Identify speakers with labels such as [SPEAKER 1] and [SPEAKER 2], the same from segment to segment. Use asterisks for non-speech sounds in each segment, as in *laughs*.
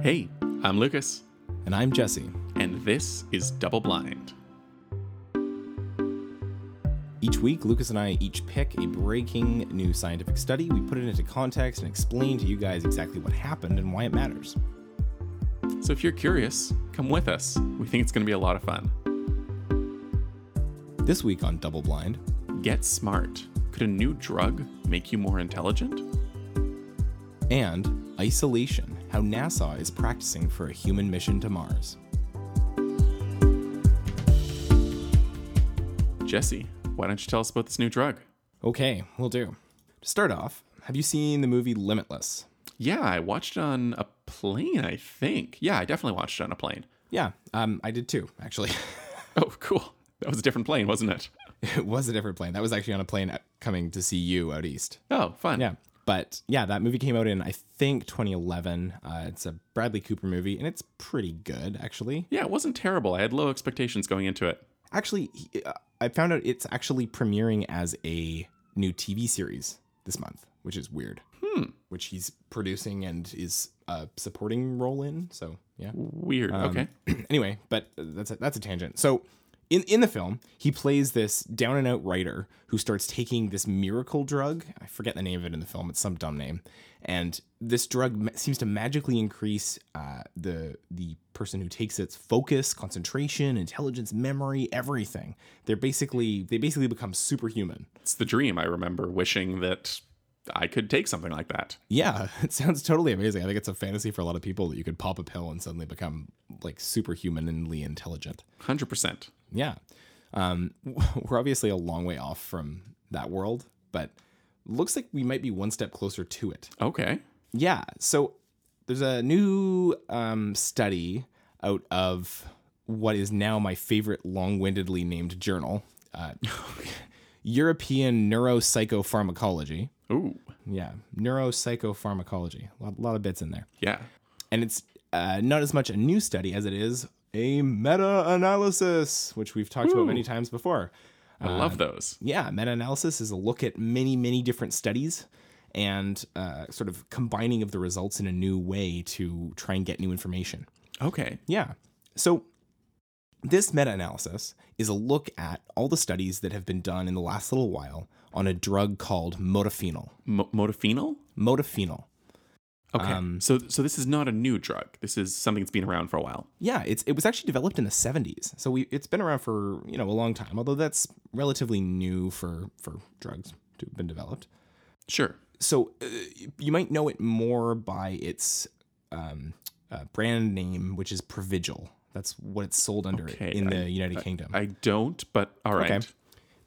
[SPEAKER 1] Hey, I'm Lucas,
[SPEAKER 2] And I'm Jesse.
[SPEAKER 1] and this is Double Blind.
[SPEAKER 2] Each week, Lucas and I each pick a breaking new scientific study. We put it into context and explain to you guys exactly what happened and why it matters.
[SPEAKER 1] So if you're curious, come with us. We think it's going to be a lot of fun.
[SPEAKER 2] This week on Double Blind,
[SPEAKER 1] Get smart. Could a new drug make you more intelligent?
[SPEAKER 2] and isolation how NASA is practicing for a human mission to Mars.
[SPEAKER 1] Jesse, why don't you tell us about this new drug?
[SPEAKER 2] Okay, we'll do. To start off, have you seen the movie Limitless?
[SPEAKER 1] Yeah, I watched it on a plane, I think. Yeah, I definitely watched it on a plane.
[SPEAKER 2] Yeah, um, I did too, actually. *laughs*
[SPEAKER 1] Oh, *laughs* cool. That was a different plane, wasn't it?
[SPEAKER 2] it was a different plane. That was actually on a plane out- coming to see you out east.
[SPEAKER 1] Oh, fun.
[SPEAKER 2] Yeah. But yeah, that movie came out in, I think, 2011. Uh, it's a Bradley Cooper movie, and it's pretty good, actually.
[SPEAKER 1] Yeah, it wasn't terrible. I had low expectations going into it.
[SPEAKER 2] Actually, he- uh, I found out it's actually premiering as a new TV series this month, which is weird.
[SPEAKER 1] Hmm.
[SPEAKER 2] Which he's producing and is a supporting role in. So, yeah.
[SPEAKER 1] Weird. okay.
[SPEAKER 2] *clears throat* anyway, but that's a, that's a tangent. So in in the film, he plays this down and out writer who starts taking this miracle drug. I forget the name of it in the film. It's some dumb name, and this drug ma- seems to magically increase uh, the the person who takes its focus, concentration, intelligence, memory, everything. They're basically they basically become superhuman.
[SPEAKER 1] It's the dream I remember wishing that I could take something like that.
[SPEAKER 2] Yeah, *laughs* it sounds totally amazing. I think it's a fantasy for a lot of people that you could pop a pill and suddenly become like superhumanly intelligent.
[SPEAKER 1] 100%.
[SPEAKER 2] Yeah. Um, *laughs* we're obviously a long way off from that world, but looks like we might be one step closer to it.
[SPEAKER 1] Okay.
[SPEAKER 2] Yeah. So there's a new um, study out of what is now my favorite long windedly named journal *laughs* uh, European Neuropsychopharmacology.
[SPEAKER 1] Ooh.
[SPEAKER 2] Yeah. Neuropsychopharmacology. A lot, lot of bits in there.
[SPEAKER 1] Yeah.
[SPEAKER 2] And it's uh, not as much a new study as it is a meta analysis, which we've talked about many times before.
[SPEAKER 1] I love those.
[SPEAKER 2] Yeah, meta analysis is a look at many, many different studies and uh, sort of combining of the results in a new way to try and get new information.
[SPEAKER 1] Okay.
[SPEAKER 2] Yeah. So this meta analysis is a look at all the studies that have been done in the last little while on a drug called modafinil.
[SPEAKER 1] M- modafinil?
[SPEAKER 2] Modafinil.
[SPEAKER 1] Okay.
[SPEAKER 2] Um,
[SPEAKER 1] so so this is not a new drug. This is something that's been around for a while.
[SPEAKER 2] Yeah, it's it was actually developed in the 70s. So we it's been around for, you know, a long time, although that's relatively new for for drugs to have been developed.
[SPEAKER 1] Sure.
[SPEAKER 2] So uh, you might know it more by its um, uh, brand name, which is Provigil. That's what it's sold under
[SPEAKER 1] Okay,
[SPEAKER 2] in the
[SPEAKER 1] I-
[SPEAKER 2] United Kingdom.
[SPEAKER 1] I don't, but all right.
[SPEAKER 2] Okay.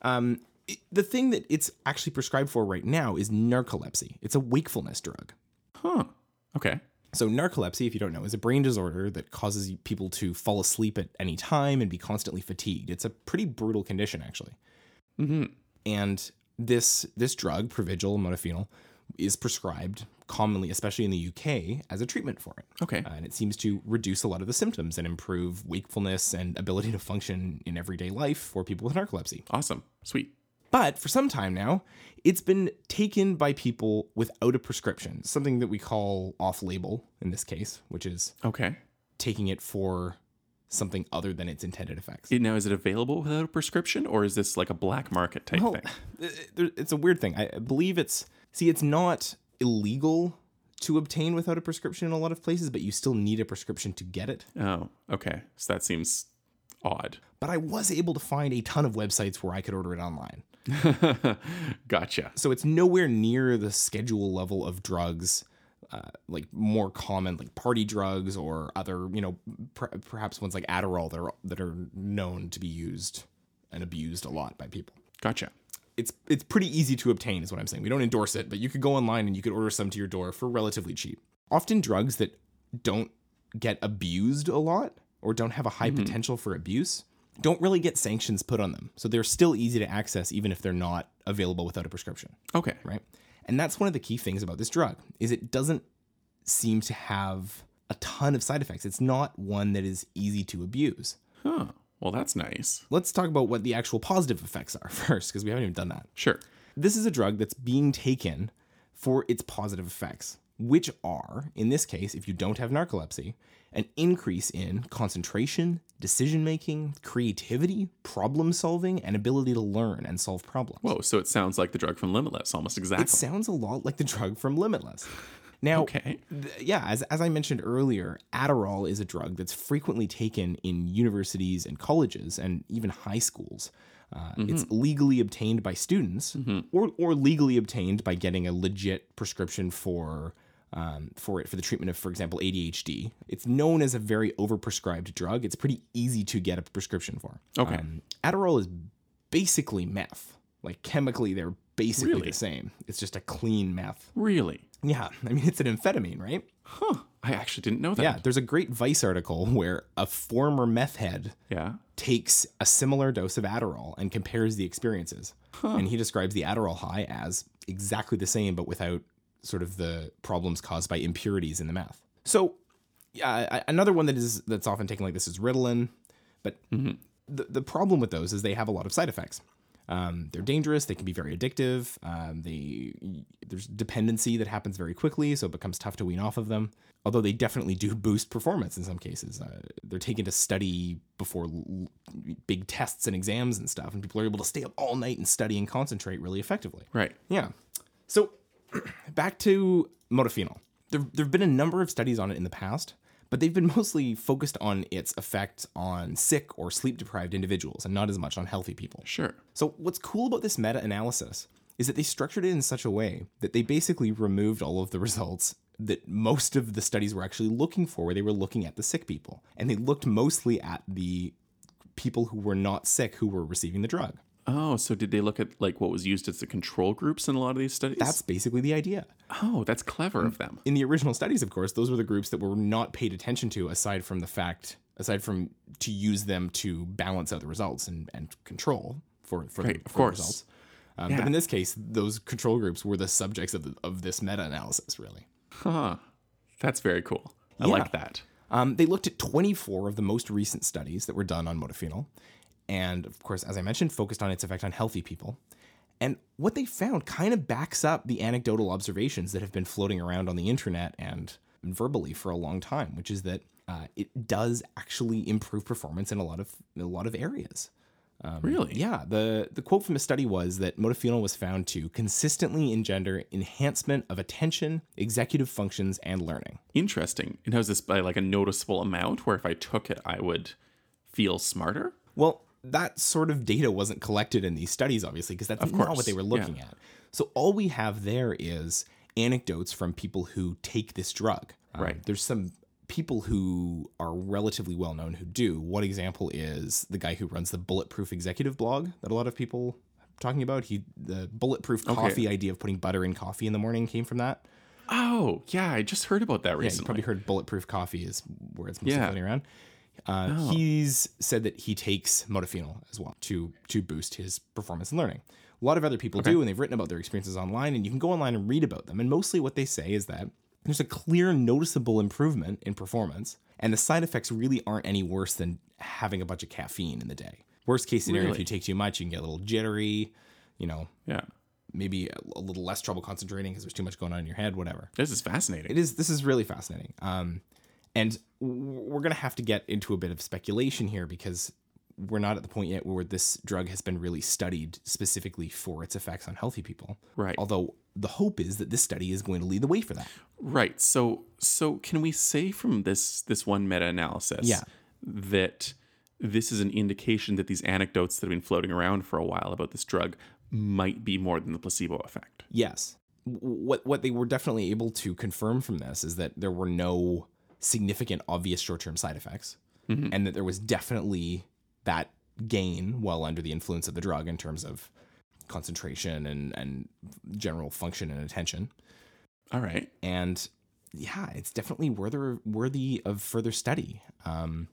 [SPEAKER 2] um, it- the thing that it's actually prescribed for right now is narcolepsy. It's a wakefulness drug.
[SPEAKER 1] Huh. Okay.
[SPEAKER 2] So, narcolepsy, if you don't know, is a brain disorder that causes people to fall asleep at any time and be constantly fatigued. It's a pretty brutal condition, actually.
[SPEAKER 1] Mm-hmm.
[SPEAKER 2] And this this drug, Provigil, modafinil, is prescribed commonly, especially in the UK, as a treatment for it.
[SPEAKER 1] Okay.
[SPEAKER 2] Uh, and it seems to reduce a lot of the symptoms and improve wakefulness and ability to function in everyday life for people with narcolepsy.
[SPEAKER 1] awesome. Sweet.
[SPEAKER 2] But for some time now, it's been taken by people without a prescription, something that we call off label in this case, which is
[SPEAKER 1] Okay.
[SPEAKER 2] taking it for something other than its intended effects.
[SPEAKER 1] It- now is it available without a prescription or is this like a black market type
[SPEAKER 2] Well,
[SPEAKER 1] thing?
[SPEAKER 2] Uh, there- it's a weird thing. I I believe it's, see, it's not illegal to obtain without a prescription in a lot of places, but you still need a prescription to get it.
[SPEAKER 1] Oh, okay. So that seems odd. *laughs*
[SPEAKER 2] But I was able to find a ton of websites where I could order it online.
[SPEAKER 1] gotcha.
[SPEAKER 2] so it's nowhere near the schedule level of drugs uh, like more common like party drugs or other you know per- perhaps ones like Adderall that are that are known to be used and abused a lot by people.
[SPEAKER 1] Gotcha.
[SPEAKER 2] It's it's pretty easy to obtain is what I'm saying. We don't endorse it, but you could go online and you could order some to your door for relatively cheap. Often drugs that don't get abused a lot or don't have a high potential for abuse don't really get sanctions put on them. So they're still easy to access even if they're not available without a prescription
[SPEAKER 1] Okay.
[SPEAKER 2] right? And that's one of the key things about this drug is it doesn't seem to have a ton of side effects. It's not one that is easy to abuse.
[SPEAKER 1] Huh. Well, that's nice.
[SPEAKER 2] Let's talk about what the actual positive effects are *laughs* first because we haven't even done that.
[SPEAKER 1] Sure.
[SPEAKER 2] This is a drug that's being taken for its positive effects. which are, in this case, if you don't have narcolepsy, an increase in concentration, decision making, creativity, problem solving, and ability to learn and solve problems.
[SPEAKER 1] Whoa, so it sounds like the drug from Limitless almost exactly.
[SPEAKER 2] It sounds a lot like the drug from Limitless. Now,
[SPEAKER 1] okay.
[SPEAKER 2] th- yeah, as, as I mentioned earlier, Adderall is a drug that's frequently taken in universities and colleges and even high schools. Uh, It's
[SPEAKER 1] Mm-hmm.
[SPEAKER 2] legally obtained by students or, or legally obtained by getting a legit prescription for. Um, for it for the treatment of, for example, ADHD, it's known as a very overprescribed drug. It's pretty easy to get a prescription for.
[SPEAKER 1] Oh, Okay.
[SPEAKER 2] Um, Adderall is basically meth. Like chemically, they're basically
[SPEAKER 1] Really?
[SPEAKER 2] the same. It's just a clean meth.
[SPEAKER 1] Really?
[SPEAKER 2] Yeah, I mean it's an amphetamine, right?
[SPEAKER 1] Huh. I actually didn't know that.
[SPEAKER 2] Yeah, there's a great Vice article *laughs* where a former meth head
[SPEAKER 1] Yeah.
[SPEAKER 2] takes a similar dose of Adderall and compares the experiences. And he describes the Adderall high as exactly the same but without sort of the problems caused by impurities in the meth. So, yeah, I- another one that is that's often taken like this is Ritalin, but the, the problem with those is they have a lot of side effects. Um, they're dangerous. They can be very addictive. Um, they there's dependency that happens very quickly, so it becomes tough to wean off of them. Although they definitely do boost performance in some cases. Uh, they're taken to study before l- big tests and exams and stuff, and people are able to stay up all night and study and concentrate really effectively.
[SPEAKER 1] Right.
[SPEAKER 2] Yeah. So *clears throat* back to modafinil. There there've been a number of studies on it in the past, but they've been *laughs* mostly focused on its effect on sick or sleep deprived individuals and not as much on healthy people.
[SPEAKER 1] Sure.
[SPEAKER 2] So what's cool about this meta-analysis is that they structured it in such a way that they basically removed all of the *laughs* results that most of the studies were actually looking for where they were looking at the sick people and they looked mostly at the people who were not sick who were receiving the drug.
[SPEAKER 1] Oh, so did they look at like what was used as the control groups in a lot of these studies?
[SPEAKER 2] That's basically the idea.
[SPEAKER 1] oh, that's clever of them.
[SPEAKER 2] in the original studies, of course, those were the groups that were not paid attention to, aside from the fact, aside from to use them to balance out the results and, and control for for, the,
[SPEAKER 1] of
[SPEAKER 2] for the
[SPEAKER 1] course.
[SPEAKER 2] results. Um, But in this case, those control groups were the subjects of, the, of this meta analysis, really.
[SPEAKER 1] *laughs* Huh. That's very cool. I like that.
[SPEAKER 2] Um, they looked at 24 of the most recent studies that were done on modafinil, and of course, as I mentioned, focused on its effect on healthy people. And what they found kind of backs up the anecdotal observations that have been floating around on the internet and verbally for a long time, which is that uh, it does actually improve performance in a lot of in a lot of areas.
[SPEAKER 1] really?
[SPEAKER 2] Yeah, the, the quote from the study was that modafinil was found to consistently engender enhancement of attention, executive functions, and learning.
[SPEAKER 1] Interesting. And was this by like a noticeable amount where if I took it, I would feel smarter?
[SPEAKER 2] Well, that sort of data wasn't collected in these studies, obviously, because that's not
[SPEAKER 1] course,
[SPEAKER 2] what they were looking at. So all we have there is anecdotes from people who take this drug. Um,
[SPEAKER 1] Right.
[SPEAKER 2] There's some people who are relatively well known who do. One example is the guy who runs the Bulletproof Executive blog that a lot of people are talking about. He the Bulletproof coffee idea of putting butter in coffee in the morning came from that.
[SPEAKER 1] Oh, yeah. I just heard about that
[SPEAKER 2] You
[SPEAKER 1] recently.
[SPEAKER 2] probably heard bulletproof coffee is where it's mostly
[SPEAKER 1] Yeah. Oh.
[SPEAKER 2] floating around. Uh, He's said that he takes modafinil as well to to boost his performance and learning. A lot of other people do, and they've written about their experiences online, and you can go online and read about them. And mostly what they say is that there's a clear, noticeable improvement in performance, and the side effects really aren't any worse than having a bunch of caffeine in the day. Worst case scenario, if
[SPEAKER 1] Really?
[SPEAKER 2] you take too much, you can get a little jittery, you know,
[SPEAKER 1] yeah.
[SPEAKER 2] maybe a, a little less trouble concentrating because there's too much going on in your head, whatever
[SPEAKER 1] This is fascinating.
[SPEAKER 2] it is this is really fascinating um and w- we're gonna have to get into a bit of speculation here because we're not at the point yet where this drug has been really studied specifically for its effects on healthy people
[SPEAKER 1] Right.
[SPEAKER 2] although the hope is that this study is going to lead the way for that
[SPEAKER 1] Right. So so can we say from this this one meta-analysis
[SPEAKER 2] Yeah.
[SPEAKER 1] that this is an indication that these anecdotes that have been floating around for a while about this drug might be more than the placebo effect.
[SPEAKER 2] Yes. W- What what they were definitely able to confirm from this is that there were no significant obvious short-term side effects and that there was definitely that gain while under the influence of the drug in terms of concentration and and general function and attention.
[SPEAKER 1] All right.
[SPEAKER 2] And yeah, it's definitely worthy worthy of further study. Um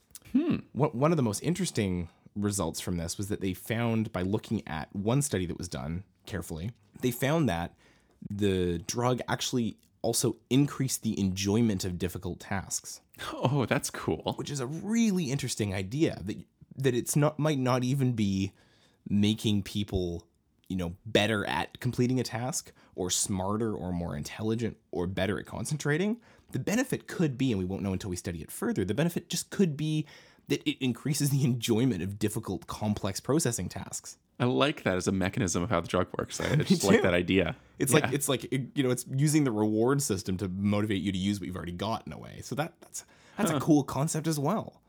[SPEAKER 2] what, one of the most interesting results from this was that they found by looking at one study that was done carefully, they found that the drug actually also increased the enjoyment of difficult tasks,
[SPEAKER 1] Oh, that's cool.
[SPEAKER 2] which is a really interesting idea that that it's not might not even be making people you know, better at completing a task or smarter or more intelligent or better at concentrating, the benefit could be, and we won't know until we study it further, the benefit just could be that it increases the *laughs* enjoyment of difficult, complex processing tasks.
[SPEAKER 1] I like that as a mechanism of how the drug works. I just like
[SPEAKER 2] too.
[SPEAKER 1] that idea.
[SPEAKER 2] It's like it's like you know, it's using the reward system to motivate you to use what you've already got in a way. So that that's that's a cool concept as well.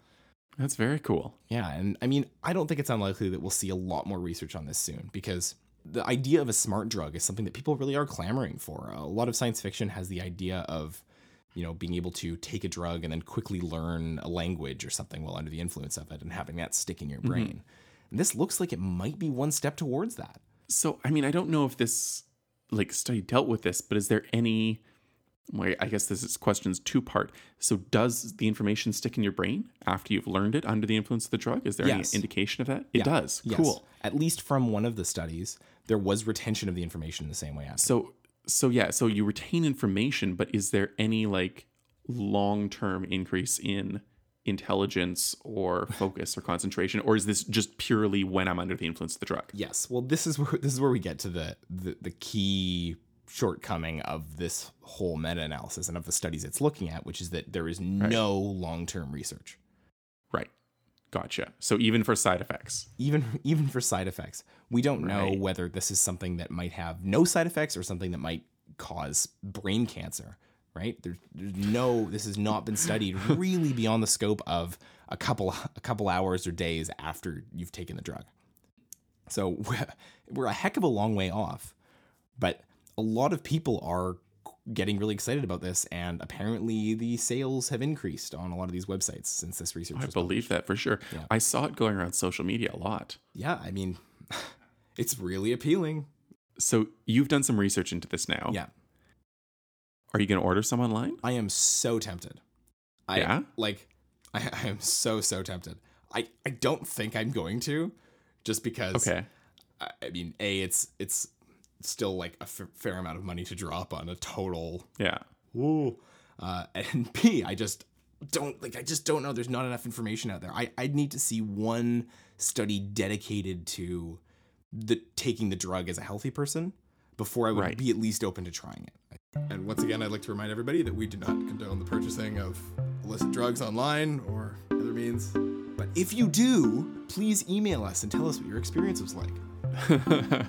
[SPEAKER 1] That's very cool.
[SPEAKER 2] Yeah, and I mean, I don't think it's unlikely that we'll see a lot more research on this soon because the idea of a smart drug is something that people really are clamoring for. A lot of science fiction has the idea of, you know, being able to take a drug and then quickly learn a language or something while under the influence of it and having that stick in your brain. And this looks like it might be one step towards that.
[SPEAKER 1] So, I mean, I don't know if this like study dealt with this, but is there any? Wait, I guess this is questions two part. So, does the information stick in your brain after you've learned it under the influence of the drug? Is there
[SPEAKER 2] Yes.
[SPEAKER 1] any indication of that? It does.
[SPEAKER 2] Yes.
[SPEAKER 1] Cool.
[SPEAKER 2] At least from one of the studies, there was retention of the information the same way after.
[SPEAKER 1] So so yeah, so you retain information, but is there any like long-term increase in intelligence
[SPEAKER 2] *laughs*
[SPEAKER 1] or focus or concentration or is this just purely when I'm under the influence of the drug?
[SPEAKER 2] Yes. Well, this is *laughs* where this is where we get to the the, the key shortcoming of this whole meta-analysis and of the studies it's looking at, which is that there is no long-term research,
[SPEAKER 1] Right. Gotcha. So even for side effects.
[SPEAKER 2] even *laughs* even for side effects. We don't know
[SPEAKER 1] Right.
[SPEAKER 2] whether this is something that might have no side effects or something that might cause brain cancer. Right? There's, there's no. This has not been studied really beyond the scope of a couple a couple hours or days after you've taken the drug. So *laughs* we're, we're a heck of a long way off, but a lot of people are getting really excited about this, and apparently the sales have increased on a lot of these websites since this research.
[SPEAKER 1] I
[SPEAKER 2] was
[SPEAKER 1] believe that for sure. I saw it going around social media a lot.
[SPEAKER 2] yeah, I mean, *laughs* it's really appealing.
[SPEAKER 1] So you've done some research into this now.
[SPEAKER 2] Yeah,
[SPEAKER 1] Are you going to order some online?
[SPEAKER 2] I am so tempted. I,
[SPEAKER 1] Yeah?
[SPEAKER 2] like I, *laughs* I am so so tempted. I I don't think I'm going to, just because.
[SPEAKER 1] Okay.
[SPEAKER 2] I I mean, a it's it's still like a f- fair amount of money to drop on a total
[SPEAKER 1] Yeah.
[SPEAKER 2] Woo. Uh, *laughs* and B, I just don't like. I just don't know. There's not enough information out there. I I'd need to see one study dedicated to the taking the drug as a healthy person before I would
[SPEAKER 1] Right.
[SPEAKER 2] be at least open to trying it.
[SPEAKER 3] And once again, I'd like to remind everybody that we do not condone the purchasing of illicit drugs online or other means.
[SPEAKER 2] But if you do, please email us and tell us what your experience was like.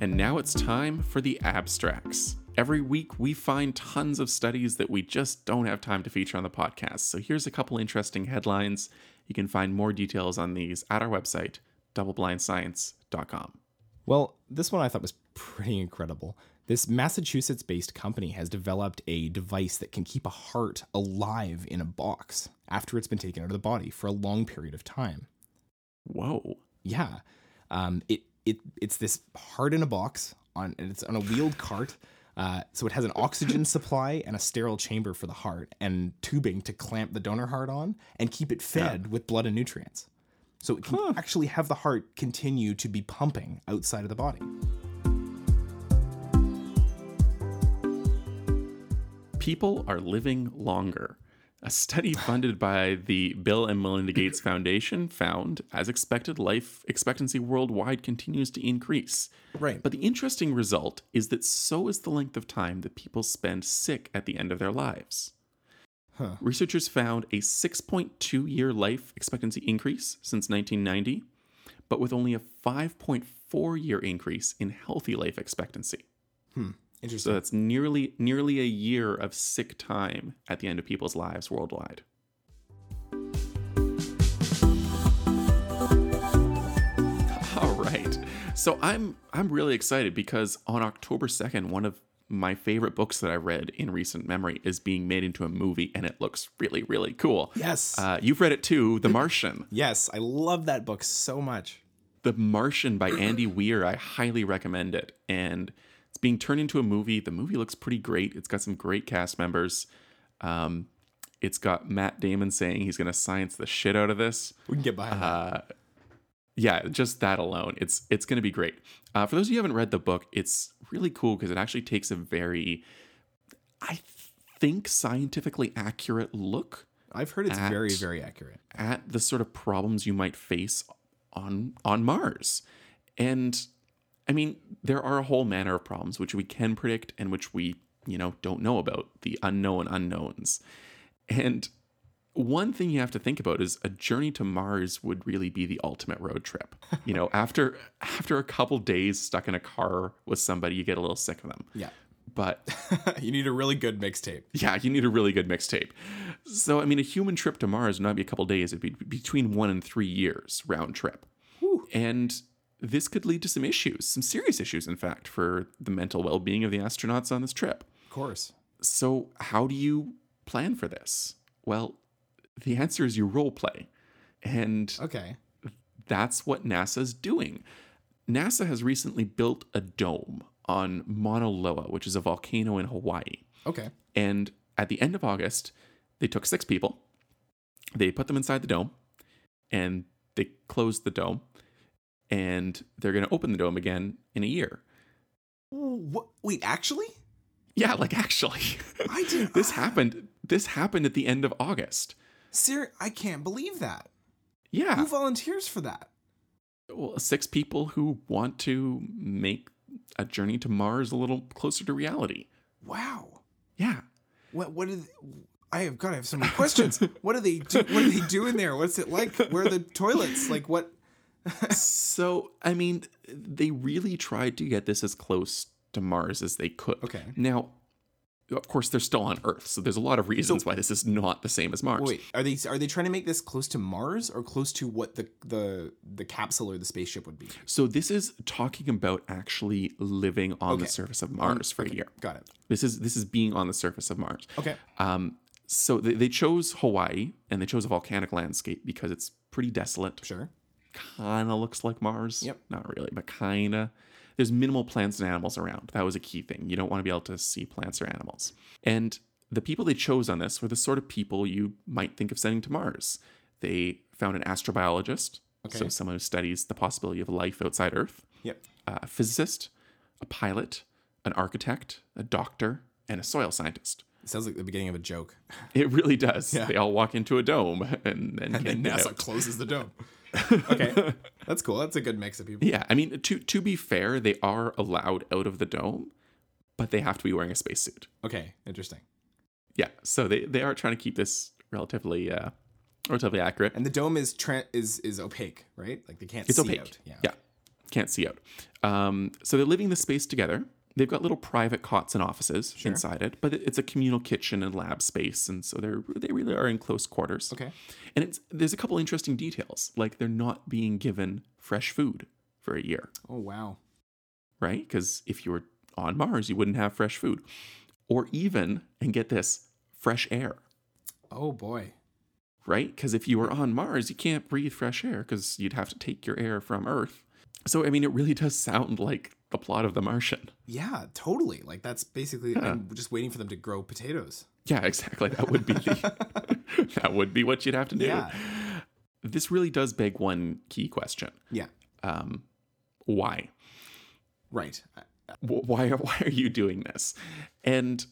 [SPEAKER 1] And now it's time for the abstracts. Every week, we find tons of studies that we just don't have time to feature on the podcast. So here's a couple interesting headlines. You can find more details on these at our website, doubleblindscience.com.
[SPEAKER 2] Well, this one I thought was pretty incredible. This Massachusetts based company has developed a device that can keep a heart alive in a box after it's been taken out of the body for a long period of time.
[SPEAKER 1] Whoa.
[SPEAKER 2] Yeah. Um, it, it, it's this heart in a box, on, and it's on a wheeled cart. Uh, so it has an oxygen supply and a sterile chamber for the heart and tubing to clamp the donor heart on and keep it fed with blood and nutrients. So it can actually have the heart continue to be pumping outside of the body.
[SPEAKER 1] People are living longer. A study funded by the Bill and Melinda Gates Foundation found, as expected, life expectancy worldwide continues to increase.
[SPEAKER 2] Right.
[SPEAKER 1] But the interesting result is that so is the length of time that people spend sick at the end of their lives.
[SPEAKER 2] Huh.
[SPEAKER 1] Researchers found a 6.2 year life expectancy increase since 1990, but with only a 5.4 year increase in healthy life expectancy.
[SPEAKER 2] Interesting.
[SPEAKER 1] So that's nearly nearly a year of sick time at the end of people's lives worldwide. All right. So I'm I'm really excited because on October 2nd, one of my favorite books that I read in recent memory is being made into a movie and it looks really really cool.
[SPEAKER 2] Yes.
[SPEAKER 1] Uh, you've read it too, The Martian.
[SPEAKER 2] yes, I love that book so much.
[SPEAKER 1] The Martian by Andy Weir. I highly recommend it. And it's being turned into a movie. The movie looks pretty great. It's got some great cast members. Um, it's got Matt Damon saying he's going to science the shit out of this.
[SPEAKER 2] We can get behind that.
[SPEAKER 1] Yeah, just that alone. It's it's going to be great. Uh, for those of you who haven't read the book, it's really cool because it actually takes a very I th- think, scientifically accurate look
[SPEAKER 2] I've heard it's very,
[SPEAKER 1] At-
[SPEAKER 2] very accurate.
[SPEAKER 1] at the sort of problems you might face on on Mars. And I mean, there are a whole manner of problems which we can predict and which we, you know, don't know about, the unknown unknowns. And one thing you have to think about is a journey to Mars would really be the ultimate road trip. You know, after after a couple days stuck in a car with somebody, you get a little sick of them.
[SPEAKER 2] Yeah.
[SPEAKER 1] But
[SPEAKER 2] *laughs* you need a really good mixtape.
[SPEAKER 1] yeah, you need a really good mixtape. So, I mean, a human trip to Mars would not be a couple days. It'd be between one and three years round trip. And this could lead to some issues, some serious issues, in fact, for the mental well being of the astronauts on this trip.
[SPEAKER 2] Of course.
[SPEAKER 1] So, how do you plan for this? Well, the answer is you role play. And
[SPEAKER 2] Okay.
[SPEAKER 1] that's what NASA's doing. NASA has recently built a dome on Mauna Loa, which is a volcano in Hawaii.
[SPEAKER 2] Okay.
[SPEAKER 1] And at the end of August, they took six people, they put them inside the dome, and they closed the dome. And they're going to open the dome again in a year.
[SPEAKER 2] What? Wait, actually?
[SPEAKER 1] Yeah, like *laughs* actually,
[SPEAKER 2] I did.
[SPEAKER 1] this happened. This happened at the end of August.
[SPEAKER 2] Sir, I can't believe that.
[SPEAKER 1] Yeah,
[SPEAKER 2] Who volunteers for that?
[SPEAKER 1] well, six people who want to make a journey to Mars a little closer to reality.
[SPEAKER 2] Wow.
[SPEAKER 1] Yeah,
[SPEAKER 2] What? What did? I have got. I have so many *laughs* questions. what do they do? What do they do in there? What's it like? Where are the toilets? Like what?
[SPEAKER 1] so I mean, they really tried to get this as close to Mars as they could.
[SPEAKER 2] Okay.
[SPEAKER 1] Now, of course, they're still on Earth, so there's a lot of reasons why this is not the same as Mars.
[SPEAKER 2] Wait, are they are they trying to make this close to Mars or close to what the the the capsule or the spaceship would be?
[SPEAKER 1] So this is talking about actually living on the
[SPEAKER 2] Okay.
[SPEAKER 1] surface of Mars for a year.
[SPEAKER 2] Got it.
[SPEAKER 1] This is this is being on the surface of Mars.
[SPEAKER 2] Okay.
[SPEAKER 1] Um, so they, they chose Hawaii and they chose a volcanic landscape because it's pretty desolate.
[SPEAKER 2] Sure.
[SPEAKER 1] kind of looks like Mars.
[SPEAKER 2] Yep.
[SPEAKER 1] Not really, but kind of. There's minimal plants and animals around. That was a key thing. You don't want to be able to see plants or animals. And the people they chose on this were the sort of people you might think of sending to Mars. They found an astrobiologist, so
[SPEAKER 2] Okay.
[SPEAKER 1] someone who studies the possibility of life outside Earth,
[SPEAKER 2] Yep.
[SPEAKER 1] a physicist, a pilot, an architect, a doctor, and a soil scientist.
[SPEAKER 2] Sounds like the beginning of a joke. *laughs*
[SPEAKER 1] It really does. They all walk into a dome and
[SPEAKER 2] *laughs*
[SPEAKER 1] then, can't
[SPEAKER 3] And
[SPEAKER 1] get
[SPEAKER 3] NASA
[SPEAKER 1] out.
[SPEAKER 3] closes the
[SPEAKER 1] *laughs*
[SPEAKER 3] dome.
[SPEAKER 2] Okay. That's cool. That's a good mix of people.
[SPEAKER 1] Yeah, I mean, to to be fair, they are allowed out of the dome, but they have to be wearing a spacesuit.
[SPEAKER 2] Okay. Interesting.
[SPEAKER 1] Yeah, so they they are trying to keep this relatively uh relatively accurate.
[SPEAKER 2] And the dome is tra- is is opaque, right? Like they can't
[SPEAKER 1] It's
[SPEAKER 2] see
[SPEAKER 1] opaque.
[SPEAKER 2] out. Yeah.
[SPEAKER 1] yeah, can't see out. Um, so they're living the space together. They've got little private cots and offices inside it, but it- it's a communal kitchen and lab space, and so they're they really are in close quarters.
[SPEAKER 2] Okay.
[SPEAKER 1] and it's there's a couple interesting details, like they're not being given fresh food for a year.
[SPEAKER 2] Oh wow.
[SPEAKER 1] right? Because if you were on Mars, you wouldn't have fresh food. Or even, and get this, fresh air,
[SPEAKER 2] Oh boy.
[SPEAKER 1] right? Because if you were on Mars, you can't breathe fresh air because you'd have to take your air from Earth. So, I mean, it really does sound like the plot of The Martian.
[SPEAKER 2] Yeah, totally. Like that's basically I'm just waiting for them to grow potatoes.
[SPEAKER 1] Yeah, *laughs* exactly. That would be the, *laughs* that would be what you'd have to do.
[SPEAKER 2] Yeah.
[SPEAKER 1] This really does beg one key question:
[SPEAKER 2] Yeah.
[SPEAKER 1] um, Why?
[SPEAKER 2] Right. Uh, I-
[SPEAKER 1] wh- why *laughs* are, why are you doing this? And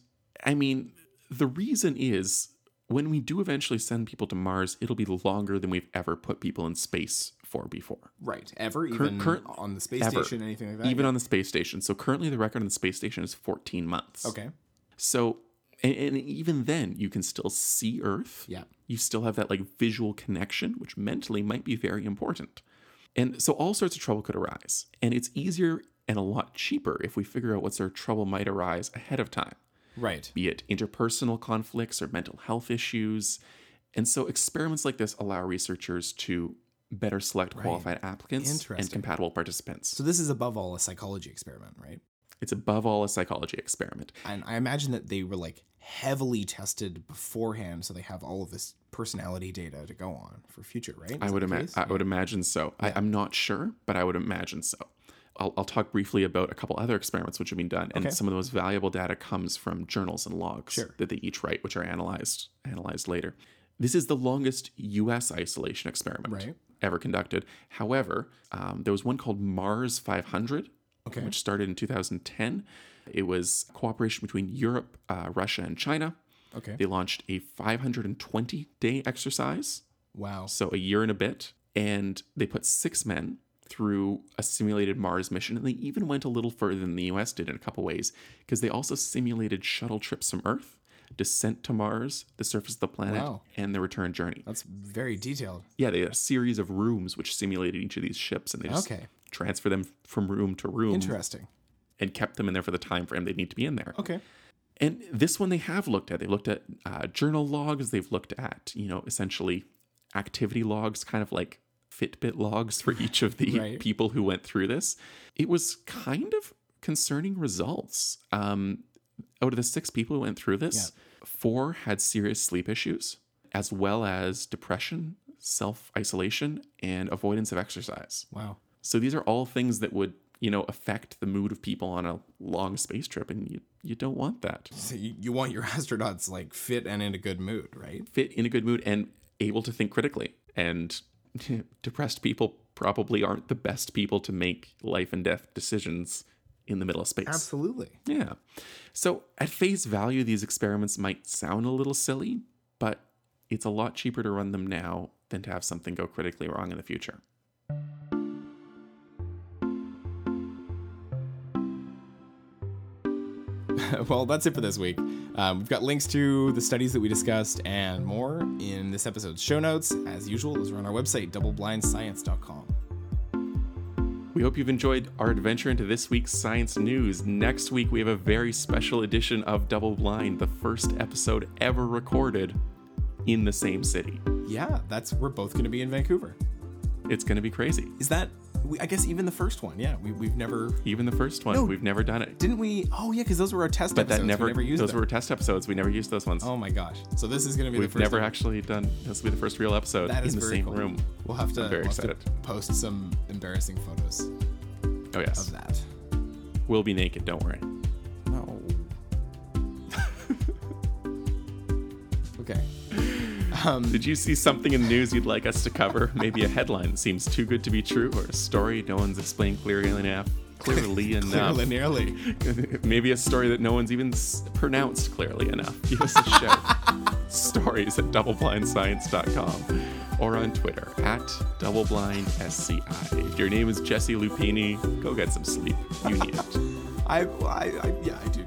[SPEAKER 1] I mean, the reason is when we do eventually send people to Mars, it'll be longer than we've ever put people in space for before,
[SPEAKER 2] Right. Ever even
[SPEAKER 1] current-
[SPEAKER 2] on the space
[SPEAKER 1] ever.
[SPEAKER 2] station anything like that.
[SPEAKER 1] even on the space station. So currently, the record on the space station is 14 months.
[SPEAKER 2] Okay.
[SPEAKER 1] So, and, and even then, you can still see Earth.
[SPEAKER 2] Yeah.
[SPEAKER 1] You still have that like visual connection, which mentally might be very important. And so all sorts of trouble could arise. And it's easier and a lot cheaper if we figure out what sort of trouble might arise ahead of time
[SPEAKER 2] Right.
[SPEAKER 1] be it interpersonal conflicts or mental health issues. And so experiments like this allow researchers to better select qualified applicants and
[SPEAKER 2] Interesting.
[SPEAKER 1] compatible participants.
[SPEAKER 2] So this is above all a psychology experiment, right?
[SPEAKER 1] It's above all a psychology experiment.
[SPEAKER 2] And I imagine that they were like heavily tested beforehand, so they have all of this personality data to go on for future, right?
[SPEAKER 1] I
[SPEAKER 2] Is
[SPEAKER 1] would
[SPEAKER 2] that the
[SPEAKER 1] imagine.
[SPEAKER 2] case?
[SPEAKER 1] I would imagine so. I, I'm not sure, but I would imagine so. I'll, I'll talk briefly about a couple other experiments which have been done, and
[SPEAKER 2] Okay.
[SPEAKER 1] some of the most valuable data comes from journals and logs
[SPEAKER 2] Sure.
[SPEAKER 1] that they each write, which are analyzed analyzed later. This is the longest U.S. isolation experiment
[SPEAKER 2] Right.
[SPEAKER 1] ever conducted. However, um, there was one called Mars 500,
[SPEAKER 2] Okay.
[SPEAKER 1] which started in 2010. It was cooperation between Europe, uh, Russia, and China.
[SPEAKER 2] Okay.
[SPEAKER 1] They launched a 520 day exercise,
[SPEAKER 2] Wow.
[SPEAKER 1] so a year and a bit, and they put six men through a simulated Mars mission. And they even went a little further than the US did in a couple ways because they also simulated shuttle trips from Earth, descent to Mars, the surface of the planet,
[SPEAKER 2] Wow.
[SPEAKER 1] and the return journey.
[SPEAKER 2] That's very detailed.
[SPEAKER 1] Yeah, they had a series of rooms which simulated each of these ships, and they just
[SPEAKER 2] Okay.
[SPEAKER 1] transfer them from room to room
[SPEAKER 2] Interesting.
[SPEAKER 1] and kept them in there for the time frame they need to be in there.
[SPEAKER 2] Okay.
[SPEAKER 1] And this one they have looked at. They've looked at uh, journal logs. They've looked at you know essentially activity logs, kind of like Fitbit logs for each of the
[SPEAKER 2] Right.
[SPEAKER 1] people who went through this. It was kind of concerning results. Um, out of the six people who went through this, four had serious sleep issues, as well as depression, self isolation, and avoidance of exercise.
[SPEAKER 2] Wow.
[SPEAKER 1] So these are all things that would, you know, affect the mood of people on a long space trip, and you you don't want that.
[SPEAKER 2] So
[SPEAKER 3] You, you want
[SPEAKER 2] *laughs*
[SPEAKER 3] your astronauts like fit and in a good mood, right?
[SPEAKER 1] Fit in a good mood and able to think critically. And *laughs* depressed people probably aren't the best people to make life and death decisions in the middle of space.
[SPEAKER 2] Absolutely.
[SPEAKER 1] Yeah. So at face value, these experiments might sound a little silly, but it's a lot cheaper to run them now than to have something go critically wrong in the future.
[SPEAKER 2] *laughs* well, that's it for this week. Um, we've got links to the studies that we discussed and more in this episode's show notes. As usual, those are on our website, doubleblindscience.com.
[SPEAKER 1] We hope you've enjoyed our adventure into this week's science news. Next week, we have a very special edition of Double Blind, the first episode ever recorded in the same city.
[SPEAKER 2] Yeah, that's we're both going to be in Vancouver.
[SPEAKER 1] It's going to be crazy.
[SPEAKER 2] Is that? We, I guess even the first one. Yeah, we, we've never
[SPEAKER 1] Even the first one,
[SPEAKER 2] No.
[SPEAKER 1] we've never done it.
[SPEAKER 2] didn't we? Oh yeah, because those were our test
[SPEAKER 1] But
[SPEAKER 2] episodes.
[SPEAKER 1] that
[SPEAKER 2] We
[SPEAKER 1] never,
[SPEAKER 2] used
[SPEAKER 1] those
[SPEAKER 2] them.
[SPEAKER 1] were test episodes. We never used those ones.
[SPEAKER 2] Oh my gosh! So this is going to be
[SPEAKER 1] we've
[SPEAKER 2] the first.
[SPEAKER 1] never
[SPEAKER 2] time-
[SPEAKER 1] actually done this will be the first real episode
[SPEAKER 2] That is
[SPEAKER 1] in the
[SPEAKER 2] very
[SPEAKER 1] same
[SPEAKER 2] cool.
[SPEAKER 1] room.
[SPEAKER 2] We'll have to,
[SPEAKER 1] I'm very
[SPEAKER 2] we'll have to
[SPEAKER 1] excited.
[SPEAKER 2] post some embarrassing photos
[SPEAKER 1] Oh
[SPEAKER 2] of
[SPEAKER 1] yes.
[SPEAKER 2] that.
[SPEAKER 1] We'll be naked, don't worry.
[SPEAKER 2] No. okay.
[SPEAKER 1] Did you see something in the news you'd like us to cover? Maybe a headline that seems too good to be true or a story no one's explained clearly enough.
[SPEAKER 2] *laughs*
[SPEAKER 1] Clearly uh, enough.
[SPEAKER 2] Clearly, nearly.
[SPEAKER 1] *laughs* Maybe a story that no one's even s- pronounced clearly enough. Give us a shout. Stories at doubleblindscience.com or on Twitter at doubleblindSCI. If your name is Jesse Lupini, go get some sleep. You need it.
[SPEAKER 2] I, I, I, yeah, I do.